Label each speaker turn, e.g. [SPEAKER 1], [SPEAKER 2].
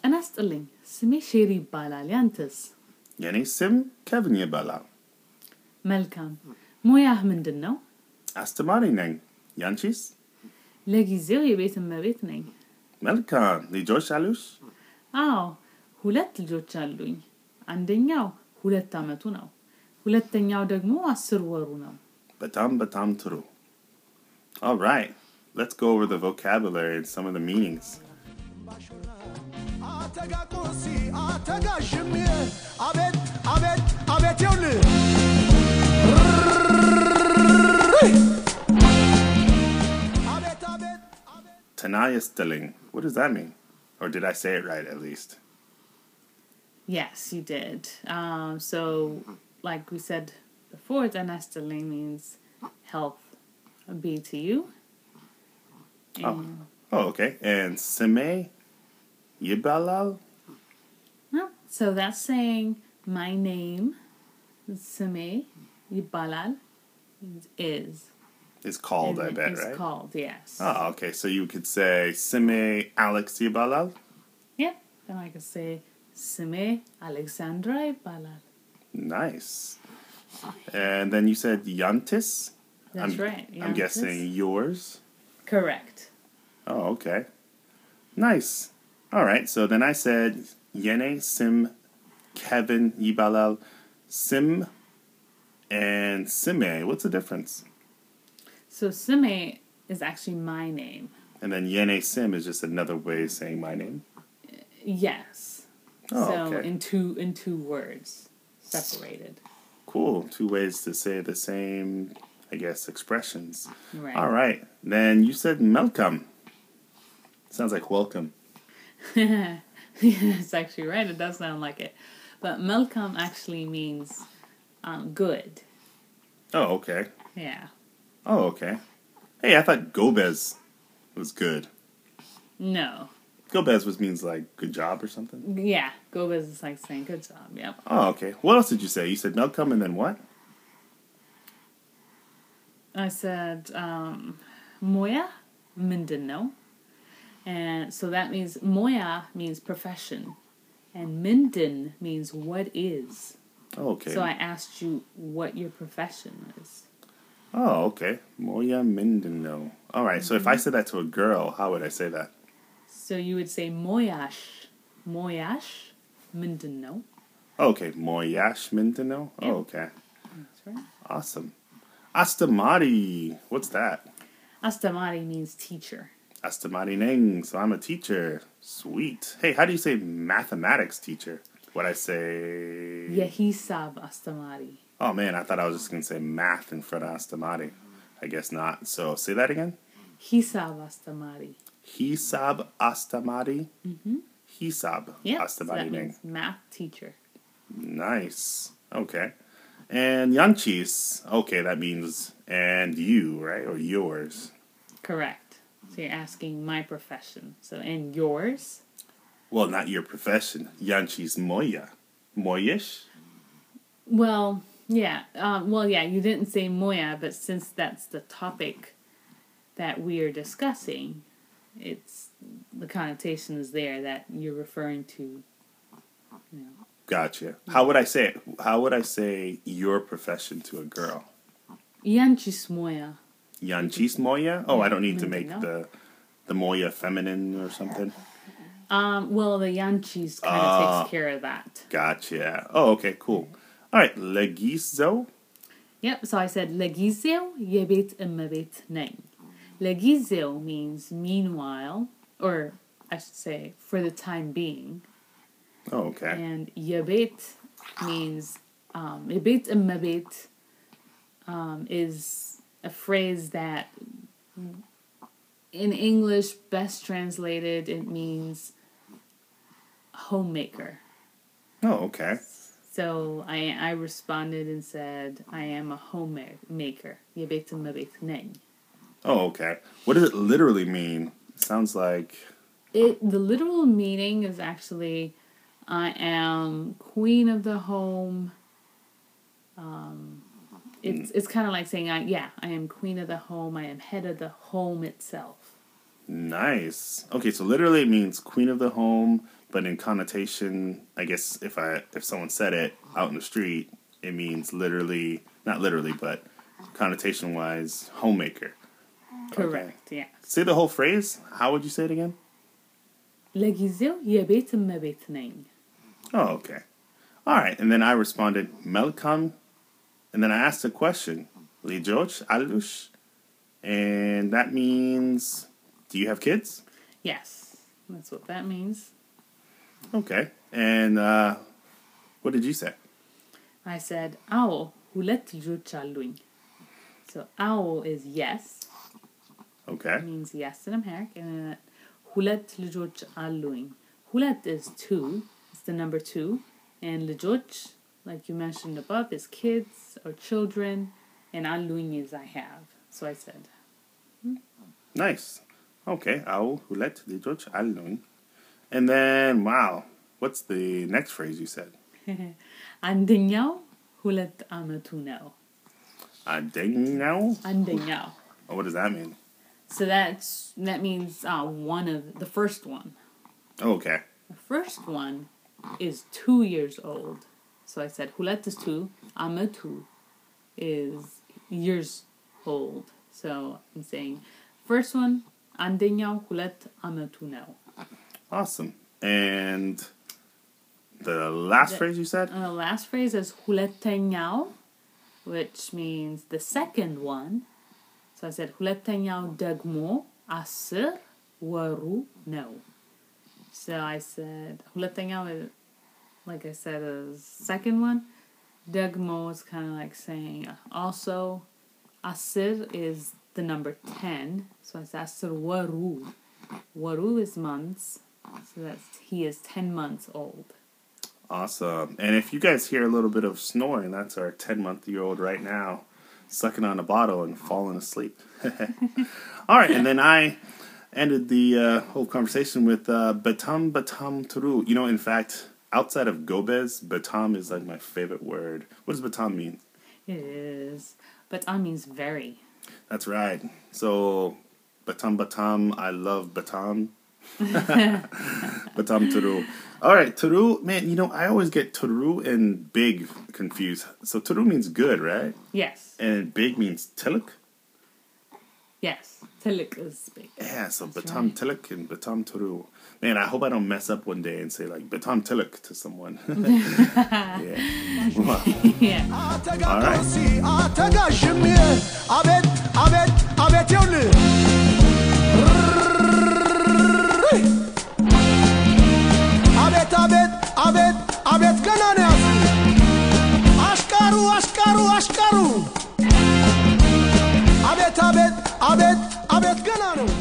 [SPEAKER 1] ጤና ይስጥልኝ። ስሜ ሼሪ ይባላል። ያንተስ?
[SPEAKER 2] የኔ ስም ኬቪን ይባላል።
[SPEAKER 1] መልካም። ሙያህ ምንድን ነው?
[SPEAKER 2] አስተማሪ ነኝ። ያንቺስ?
[SPEAKER 1] ለጊዜው የቤት እመቤት ነኝ።
[SPEAKER 2] መልካም። ልጆች አሉሽ?
[SPEAKER 1] አዎ፣ ሁለት ልጆች አሉኝ። አንደኛው ሁለት ዓመቱ ነው። ሁለተኛው ደግሞ አስር ወሩ ነው።
[SPEAKER 2] በጣም በጣም ጥሩ። All right, let's go over the vocabulary and some of the meanings.
[SPEAKER 3] አተጋቆሲ አተጋሽም አቤት አቤት አቤት ይውል አቤት አቤት
[SPEAKER 2] Tanaya stilling. What does that mean? Or did I say it right at least?
[SPEAKER 1] Yes, you did. Um, so, like we said before, Danestale means health. A B to you. And-
[SPEAKER 2] Oh, okay. And Sime Yibalal?
[SPEAKER 1] no, So that's saying my name, Sime Yibalal, is.
[SPEAKER 2] is called, I
[SPEAKER 1] and
[SPEAKER 2] bet,
[SPEAKER 1] is
[SPEAKER 2] right?
[SPEAKER 1] called, yes.
[SPEAKER 2] Oh, okay. So you could say Sime Alex Yibalal?
[SPEAKER 1] Yeah. Then I could say Sime Alexandra Yibalal.
[SPEAKER 2] Nice. And then you said Yantis?
[SPEAKER 1] That's
[SPEAKER 2] I'm,
[SPEAKER 1] right.
[SPEAKER 2] I'm
[SPEAKER 1] Yantis.
[SPEAKER 2] guessing yours.
[SPEAKER 1] Correct.
[SPEAKER 2] Oh, okay. Nice. All right. So then I said Yene Sim Kevin Yibalal Sim and Sime. What's the difference?
[SPEAKER 1] So Sime is actually my name.
[SPEAKER 2] And then Yene Sim is just another way of saying my name.
[SPEAKER 1] Yes.
[SPEAKER 2] Oh,
[SPEAKER 1] so
[SPEAKER 2] okay.
[SPEAKER 1] in two in two words, separated.
[SPEAKER 2] Cool. Two ways to say the same, I guess, expressions.
[SPEAKER 1] Right.
[SPEAKER 2] All right. Then you said Malcolm. Sounds like welcome.
[SPEAKER 1] it's actually right. It does sound like it, but Melkam actually means um, good.
[SPEAKER 2] Oh, okay.
[SPEAKER 1] Yeah.
[SPEAKER 2] Oh, okay. Hey, I thought Gobez was good.
[SPEAKER 1] No.
[SPEAKER 2] Gobez was means like good job or something.
[SPEAKER 1] Yeah. Gobez is like saying good job. Yep.
[SPEAKER 2] Oh, okay. What else did you say? You said Melcom and then what?
[SPEAKER 1] I said um, Moya Mindano, and so that means Moya means profession, and Minden means what is.
[SPEAKER 2] Oh, okay.
[SPEAKER 1] So I asked you what your profession is.
[SPEAKER 2] oh, okay. Moya Mindino. All right, So
[SPEAKER 1] Mm-hmm.
[SPEAKER 2] if I said that to a girl, how would I say that?
[SPEAKER 1] So you would say Moyash, Moyash Mindano.
[SPEAKER 2] Oh, okay. Moyash Mindino.
[SPEAKER 1] Yeah.
[SPEAKER 2] Oh, okay.
[SPEAKER 1] That's right.
[SPEAKER 2] Awesome. Astamari. What's that?
[SPEAKER 1] Astamari means teacher.
[SPEAKER 2] Astamari Neng. So I'm a teacher. Sweet. Hey, how do you say mathematics teacher? Would I say?
[SPEAKER 1] Yehisab Astamari.
[SPEAKER 2] Oh man, I thought I was just gonna say math in front of Astamari. I guess not. So say that again.
[SPEAKER 1] Hisab Astamari.
[SPEAKER 2] Hisab Astamari. Mm-hmm. Hisab
[SPEAKER 1] Yeah. So
[SPEAKER 2] Astamari
[SPEAKER 1] that
[SPEAKER 2] Neng.
[SPEAKER 1] means math teacher.
[SPEAKER 2] Nice. Okay. And Yanchis. Okay, that means and you, right? Or yours.
[SPEAKER 1] Correct. So you're asking my profession. So and yours?
[SPEAKER 2] Well, not your profession. Yanchis Moya. Moyish?
[SPEAKER 1] Well, yeah. Um, well, yeah. You didn't say moya, but since that's the topic that we are discussing, it's the connotation is there that you're referring to. You know,
[SPEAKER 2] Gotcha. How would I say it? How would I say your profession to a girl?
[SPEAKER 1] Yanchis moya.
[SPEAKER 2] Yanchis Moya? Oh, I don't need to make
[SPEAKER 1] No.
[SPEAKER 2] the the Moya feminine or something.
[SPEAKER 1] Um, well, the Yanchis kind of takes care of that.
[SPEAKER 2] Gotcha. Oh, okay, cool. All right, Legizo.
[SPEAKER 1] Yep, so I said legizel yebet imabet name. Legizel means meanwhile, or I should say for the time being,
[SPEAKER 2] Oh, okay.
[SPEAKER 1] and yebet means um, yebet imabet um, is a phrase that in English, best translated, it means homemaker.
[SPEAKER 2] Oh, okay.
[SPEAKER 1] So I I responded and said, I am a homemaker. Yebet mabet neng.
[SPEAKER 2] Oh, okay. What does it literally mean? Sounds like
[SPEAKER 1] It the literal meaning is actually I am queen of the home. Um it's it's kinda like saying I yeah, I am queen of the home, I am head of the home itself.
[SPEAKER 2] Nice. Okay, so literally it means queen of the home, but in connotation, I guess if I if someone said it out in the street, it means literally not literally, but connotation wise, homemaker.
[SPEAKER 1] Correct, yeah.
[SPEAKER 2] Say the whole phrase. How would you say it again?
[SPEAKER 1] ለጊዜው የቤት እመቤትነኝ
[SPEAKER 2] Oh, okay. All right. And then I responded, Melkam. And then I asked a question, Lijoch Alush. And that means, do you have kids?
[SPEAKER 1] Yes, that's what that means.
[SPEAKER 2] Okay. And uh, what did you say?
[SPEAKER 1] I said, አዎ ሁለት ልጆች አሉኝ። So አዎ is yes,
[SPEAKER 2] Okay.
[SPEAKER 1] means yes in Amharic, and then ሁለት ልጆች አሉኝ. ሁለት is two, it's the number two, and ልጆች, like you mentioned above, is kids or children, and አሉኝ is I have. So I said,
[SPEAKER 2] Nice. Okay. Au hulet Lijoch Alun. And then, wow. What's the next phrase you said?
[SPEAKER 1] አንደኛው ሁለት ዓመቱ ነው።
[SPEAKER 2] Adeng now?
[SPEAKER 1] አንደኛው
[SPEAKER 2] What does that mean?
[SPEAKER 1] So that's that means uh, one of the first one.
[SPEAKER 2] Oh, okay.
[SPEAKER 1] The first one is two years old. So I said hulet is two, amatu is years old. So I'm saying first one andenyao hulet amatu now.
[SPEAKER 2] Awesome. And the last phrase you said?
[SPEAKER 1] And the Uh, last phrase is huletenyao, which means the second one. So I said huletenyao degmo asir waru no. So I said huletenyao is, like I said, is second one. Degmo is kind of like saying also asir is the number 10. So I said asir waru. Waru is months. So that's he is 10 months old.
[SPEAKER 2] Awesome. And if you guys hear a little bit of snoring, that's our 10 month year old right now, sucking on a bottle and falling asleep. All right. And then I ended the uh, whole conversation with uh, Batam Batam Turu. You know, in fact, outside of Gobez, Batam is like my favorite word. What does Batam mean?
[SPEAKER 1] It is. But I means very.
[SPEAKER 2] That's right. So, Batam Batam, I love Batam. Batam Turu. All right, Turu, man, you know, I always get Turu and Big confused. So, Turu means good, right?
[SPEAKER 1] Yes.
[SPEAKER 2] And Big means Tiluk?
[SPEAKER 1] Yes. Tilik is big.
[SPEAKER 2] Yeah, so Batam Tiluk and Batam Turu. Man, I hope I don't mess up one day and say, like, Batam Tiluk to someone. yeah.
[SPEAKER 1] yeah.
[SPEAKER 3] አተጋቶሲ አተጋዥም አቤት አቤት አቤት ይውል አቤት አቤት አቤት አቤት ገና ነው ያዙ አሽቀሩ አሽቀሩ አሽቀሩ አቤት አቤት አቤት አቤት ገና ነው